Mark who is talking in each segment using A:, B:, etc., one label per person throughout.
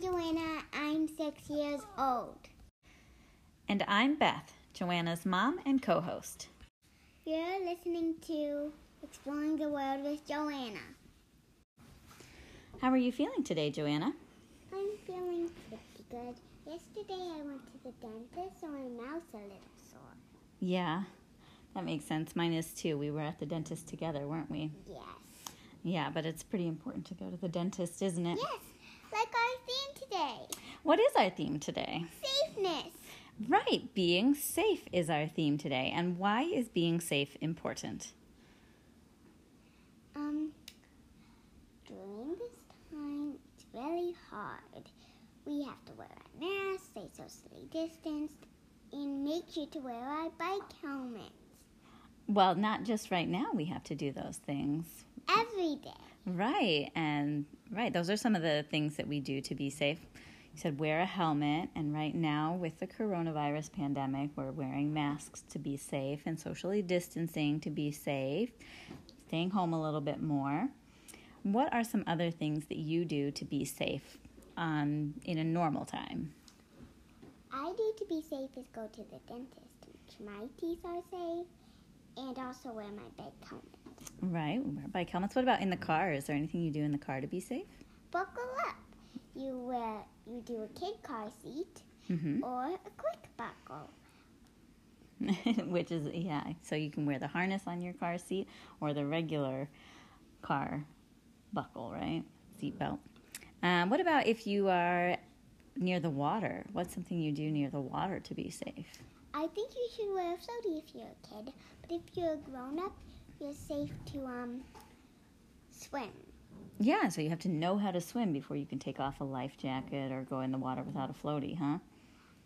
A: Joanna. I'm six years old.
B: And I'm Beth, Joanna's mom and co host.
A: You're listening to Exploring the World with Joanna.
B: How are you feeling today, Joanna?
A: I'm feeling pretty good. Yesterday I went to the dentist, so my mouth's a little sore.
B: Yeah, that makes sense. Mine is too. We were at the dentist together, weren't we?
A: Yes.
B: Yeah, but it's pretty important to go to the dentist, isn't it?
A: Yes, like our theme today
B: What is our theme today?
A: safeness.
B: Right, being safe is our theme today. And why is being safe important?
A: Um, during this time, it's really hard. We have to wear a mask, stay socially distanced, and make sure to wear our bike helmets
B: Well, not just right now, we have to do those things.
A: every day.
B: Right, and right, those are some of the things that we do to be safe. You said wear a helmet, and right now, with the coronavirus pandemic, we're wearing masks to be safe and socially distancing to be safe, staying home a little bit more. What are some other things that you do to be safe on in a normal time?
A: I do to be safe is go to the dentist to make sure my teeth are safe and also wear my bike helmet.
B: Right, wear bike helmets. What about in the car? Is there anything you do in the car to be safe?
A: Buckle up. You wear you do a kid car seat
B: hmm
A: or a quick buckle.
B: which is yeah so you can wear the harness on your car seat or the regular car buckle right seatbelt um, what about if you are near the water what's something you do near the water to be safe
A: I think you should wear a floaty if you're a kid, but if you're a grown up, you're safe to um swim.
B: yeah so you have to know how to swim before you can take off a life jacket or go in the water without a floaty huh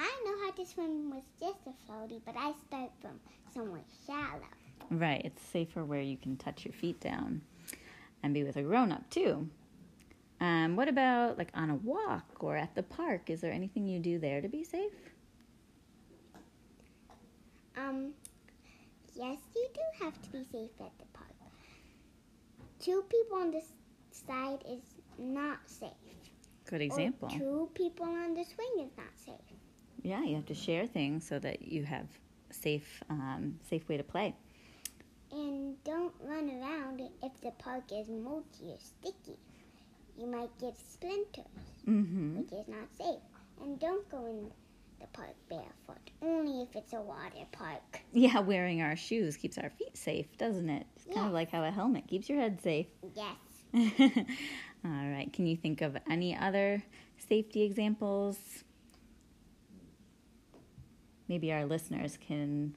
A: I know how to swim with just a floaty, but I start from somewhere shallow.
B: right it's safer where you can touch your feet down and be with a grown-up too um, what about like on a walk or at the park is there anything you do there to be safe
A: Um, yes, you do have to be safe at the park. Two people on the s- side is not safe.
B: Good
A: Or
B: example.
A: two people on the swing is not safe.
B: Yeah, you have to share things so that you have a safe, um, safe way to play.
A: And don't run around if the park is mulchy or sticky. You might get splinters,
B: Mm-hmm.
A: which is not safe. And don't go in the park barefoot, only if it's a water park.
B: Yeah, wearing our shoes keeps our feet safe, doesn't it? It's kind
A: Yeah.
B: of like how a helmet keeps your head safe.
A: Yes.
B: All right. Can you think of any other safety examples? Maybe our listeners can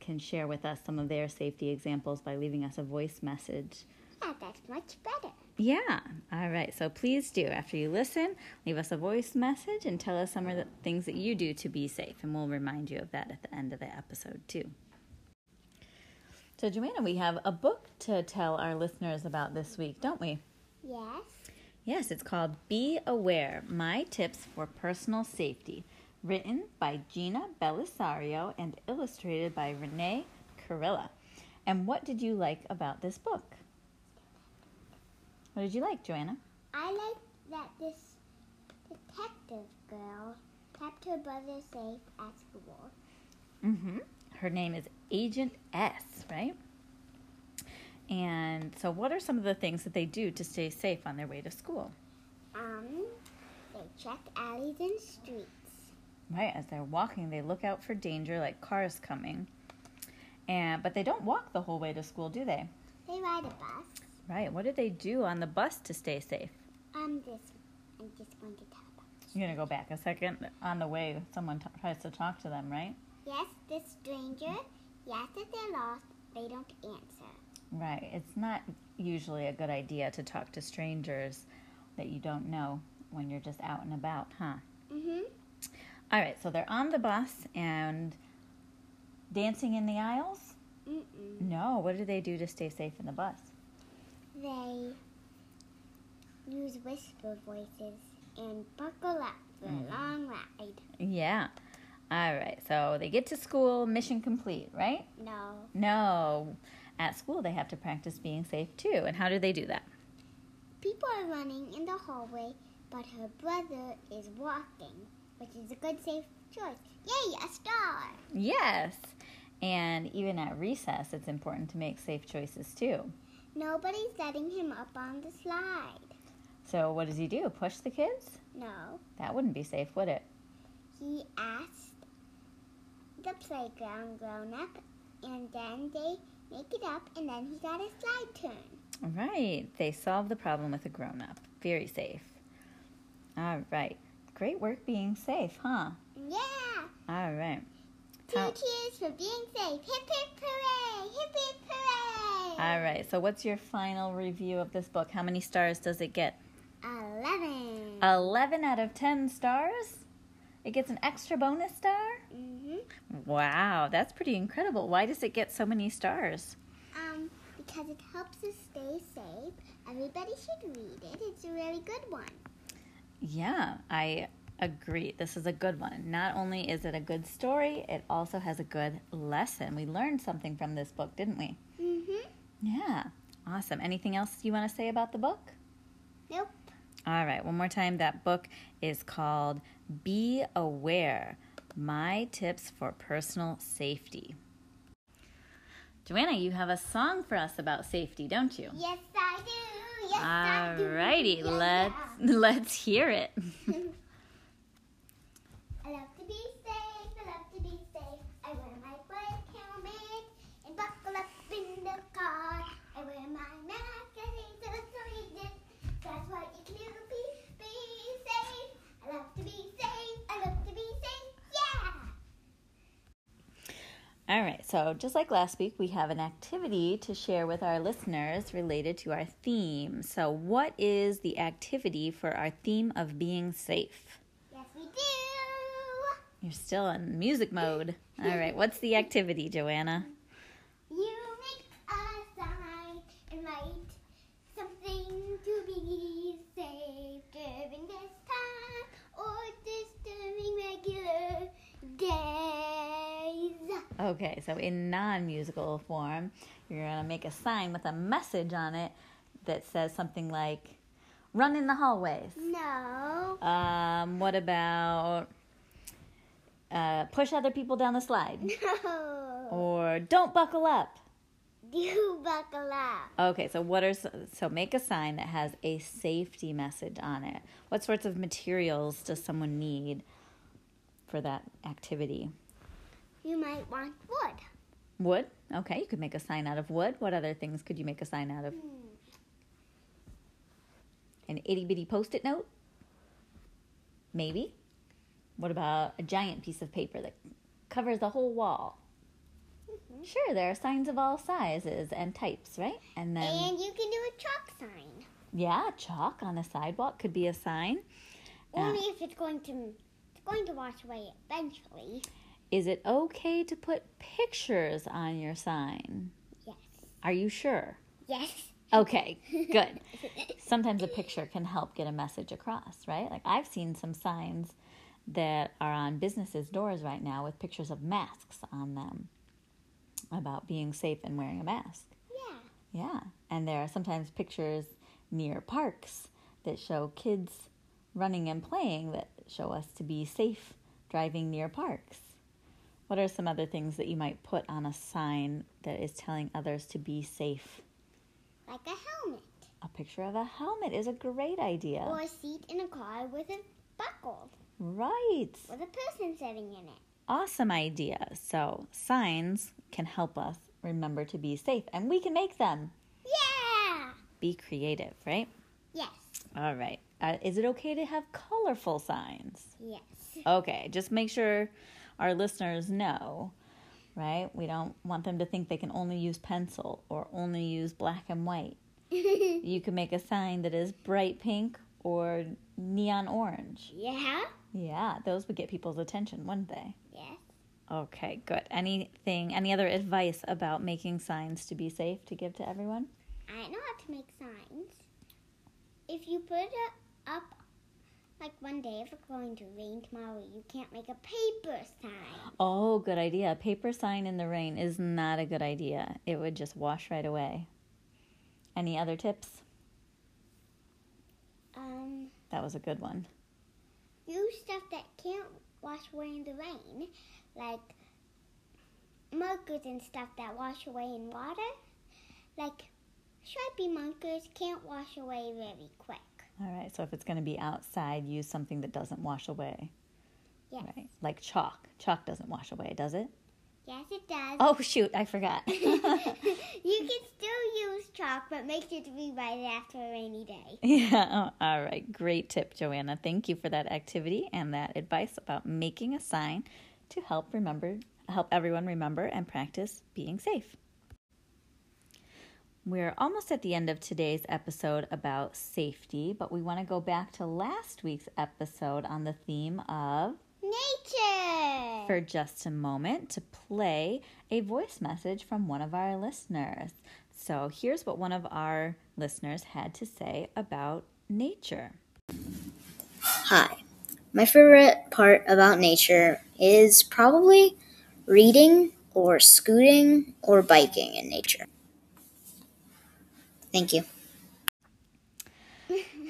B: can share with us some of their safety examples by leaving us a voice message.
A: Yeah, that's much better.
B: Yeah. All right. So please do, after you listen, leave us a voice message and tell us some of the things that you do to be safe. And we'll remind you of that at the end of the episode, too. So, Joanna, we have a book to tell our listeners about this week, don't we?
A: Yes.
B: Yes, it's called Be Aware My Tips for Personal Safety, written by Gina Belisario and illustrated by Renee Carilla. And what did you like about this book? What did you like, Joanna?
A: I like that this detective girl kept her brother safe at school.
B: Mm-hmm. Her name is Agent S, right? And so, what are some of the things that they do to stay safe on their way to school?
A: Um, they check alleys and streets.
B: Right, as they're walking, they look out for danger, like cars coming. And but they don't walk the whole way to school, do they?
A: They ride a bus.
B: Right. What do they do on the bus to stay safe?
A: Um, this I'm just going to tell about.
B: You're gonna go back a second. On the way, someone t- tries to talk to them, right?
A: Yes, this stranger. Yes, if they're lost, they don't answer.
B: Right. It's not usually a good idea to talk to strangers that you don't know when you're just out and about, huh?
A: Mhm.
B: All right, so they're on the bus and dancing in the aisles?
A: Mm-mm.
B: No, what do they do to stay safe in the bus?
A: They use whisper voices and buckle up for a long ride.
B: Yeah. All right, so they get to school, mission complete, right?
A: No,
B: No. At school, they have to practice being safe too. And how do they do that?
A: people are running in the hallway. but her brother is walking, which is a good safe choice. Yay, a star!
B: Yes. And even at recess, it's important to make safe choices too.
A: Nobody's letting him up on the slide.
B: So, what does he do? Push the kids?
A: No,
B: That wouldn't be safe, would it?
A: he asked the playground grown up, and then they make it up, and then he got a slide turn.
B: All right. They solve the problem with a grown up. Very safe. All right. Great work being safe, huh?
A: Yeah!
B: All right.
A: Two
B: How-
A: cheers for being safe. Hip hip hooray! Hip hip hooray!
B: All right. So, what's your final review of this book? How many stars does it get?
A: Eleven.
B: 11 out of 10 stars? It gets an extra bonus star?
A: mm-hmm.
B: Wow, that's pretty incredible. Why does it get so many stars?
A: Um, because it helps us stay safe. Everybody should read it. It's a really good one.
B: Yeah, I agree. This is a good one. Not only is it a good story, it also has a good lesson. We learned something from this book, didn't we?
A: Mm-hmm.
B: Yeah, awesome. Anything else you want to say about the book?
A: Nope.
B: All right, one more time. That book is called Be Aware My Tips for Personal Safety. Joanna, you have a song for us about safety, don't you?
A: Yes, I do. Yes, I do.
B: Alrighty,
A: Yeah,
B: let's
A: yeah.
B: let's hear it.
A: I love to be safe. I love to be safe. I wear my bike helmet and buckle up in the car. I wear my mask. I think so sweetness. That's why you can be, be safe. I love to be safe. I love to be safe. Yeah.
B: All right, so just like last week, we have an activity to share with our listeners related to our theme. So, what is the activity for our theme of being safe?
A: Yes, we do.
B: You're still in music mode. All right, what's the activity, Joanna?
A: You make a sign and write something to be safe during this time or this during regular days.
B: Okay, so in non musical form, you're going to make a sign with a message on it that says something like, run in the hallways.
A: No.
B: Um, what about uh, push other people down the slide?
A: No.
B: Or don't buckle up.
A: You buckle up.
B: Okay, so what are s- so make a sign that has a safety message on it. What sorts of materials does someone need for that activity?
A: You might want wood.
B: Wood. Okay, you could make a sign out of wood. What other things could you make a sign out of?
A: Hmm.
B: An itty bitty post it note? Maybe. What about a giant piece of paper that covers the whole wall? Sure, there are signs of all sizes and types, right? And then,
A: And you can do a chalk sign.
B: yeah, chalk on the sidewalk could be a sign.
A: Only if it's going to it's going to wash away eventually.
B: Is it okay to put pictures on your sign?
A: Yes.
B: Are you sure?
A: Yes.
B: Okay, good. Sometimes a picture can help get a message across, right? Like I've seen some signs that are on businesses' doors right now with pictures of masks on them about being safe and wearing a mask.
A: Yeah.
B: Yeah, and there are sometimes pictures near parks that show kids running and playing that show us to be safe driving near parks. What are some other things that you might put on a sign that is telling others to be safe?
A: Like a helmet.
B: A picture of a helmet is a great idea.
A: Or a seat in a car with a buckle
B: Right.
A: with a person sitting in it.
B: Awesome idea. So, signs can help us remember to be safe and we can make them.
A: Yeah.
B: Be creative, right?
A: Yes.
B: All right. Uh, is it okay to have colorful signs?
A: Yes.
B: Okay, just make sure our listeners know, right? We don't want them to think they can only use pencil or only use black and white. You can make a sign that is bright pink or neon orange.
A: yeah.
B: Yeah, those would get people's attention, wouldn't they?
A: Yes.
B: Okay, good. Anything, any other advice about making signs to be safe to give to everyone?
A: I know how to make signs. If you put it up, like one day, if it's going to rain tomorrow, you can't make a paper sign.
B: Oh, good idea. A paper sign in the rain is not a good idea. It would just wash right away. Any other tips?
A: Um,
B: That was a good one.
A: Use stuff that can't wash away in the rain, like markers and stuff that wash away in water. Like Sharpie markers can't wash away very quick.
B: All right, so if it's going to be outside, use something that doesn't wash away,
A: Yes.
B: right? Like chalk. Chalk doesn't wash away, does it?
A: Yes, it does.
B: Oh, shoot, I forgot. Oh.
A: you can still use chalk, but make sure to rewrite it after a rainy day.
B: Yeah. Oh, all right. Great tip, Joanna. Thank you for that activity and that advice about making a sign to help remember, help everyone remember and practice being safe. We're almost at the end of today's episode about safety, but we want to go back to last week's episode on the theme of
A: Nature!
B: for just a moment to play a voice message from one of our listeners. So here's what one of our listeners had to say about nature.
C: Hi. My favorite part about nature is probably reading or scooting or biking in nature. Thank you.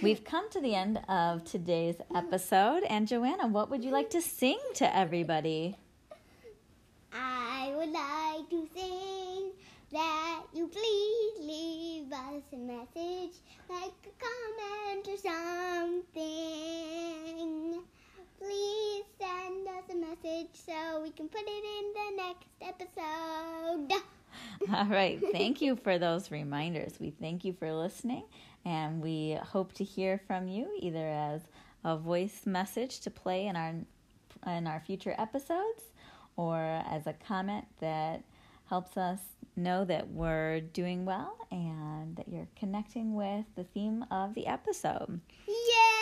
B: We've come to the end of today's episode. And Joanna, what would you like to sing to everybody?
A: I would like to sing that you please leave us a message, like a comment or something. Please send us a message so we can put it in the next episode.
B: All right. Thank you for those reminders. We thank you for listening and we hope to hear from you either as a voice message to play in our in our future episodes or as a comment that helps us know that we're doing well and that you're connecting with the theme of the episode.
A: Yay!